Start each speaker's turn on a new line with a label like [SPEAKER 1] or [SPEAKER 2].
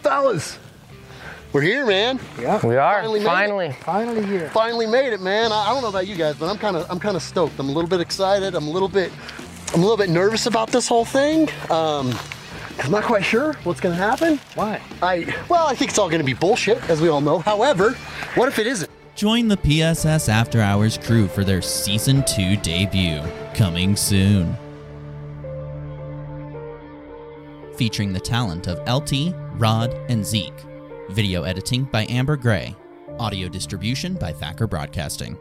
[SPEAKER 1] fellas. We're here, man.
[SPEAKER 2] Yeah.
[SPEAKER 3] We are
[SPEAKER 1] Finally
[SPEAKER 3] finally.
[SPEAKER 1] made it.
[SPEAKER 2] Finally here.
[SPEAKER 1] Finally made it, man. I, I don't know about you guys, but I'm kind of I'm kind of stoked. I'm a little bit excited. I'm a little bit I'm a little bit nervous about this whole thing. Um, 'cause I'm not quite sure what's gonna happen.
[SPEAKER 2] Why?
[SPEAKER 1] I well, I think it's all gonna be bullshit, as we all know. However, what if it isn't?
[SPEAKER 4] Join the PSS After Hours crew for their Season 2 debut, coming soon. Featuring the talent of LT, Rod, and Zeke. Video editing by Amber Gray. Audio distribution by Thacker Broadcasting.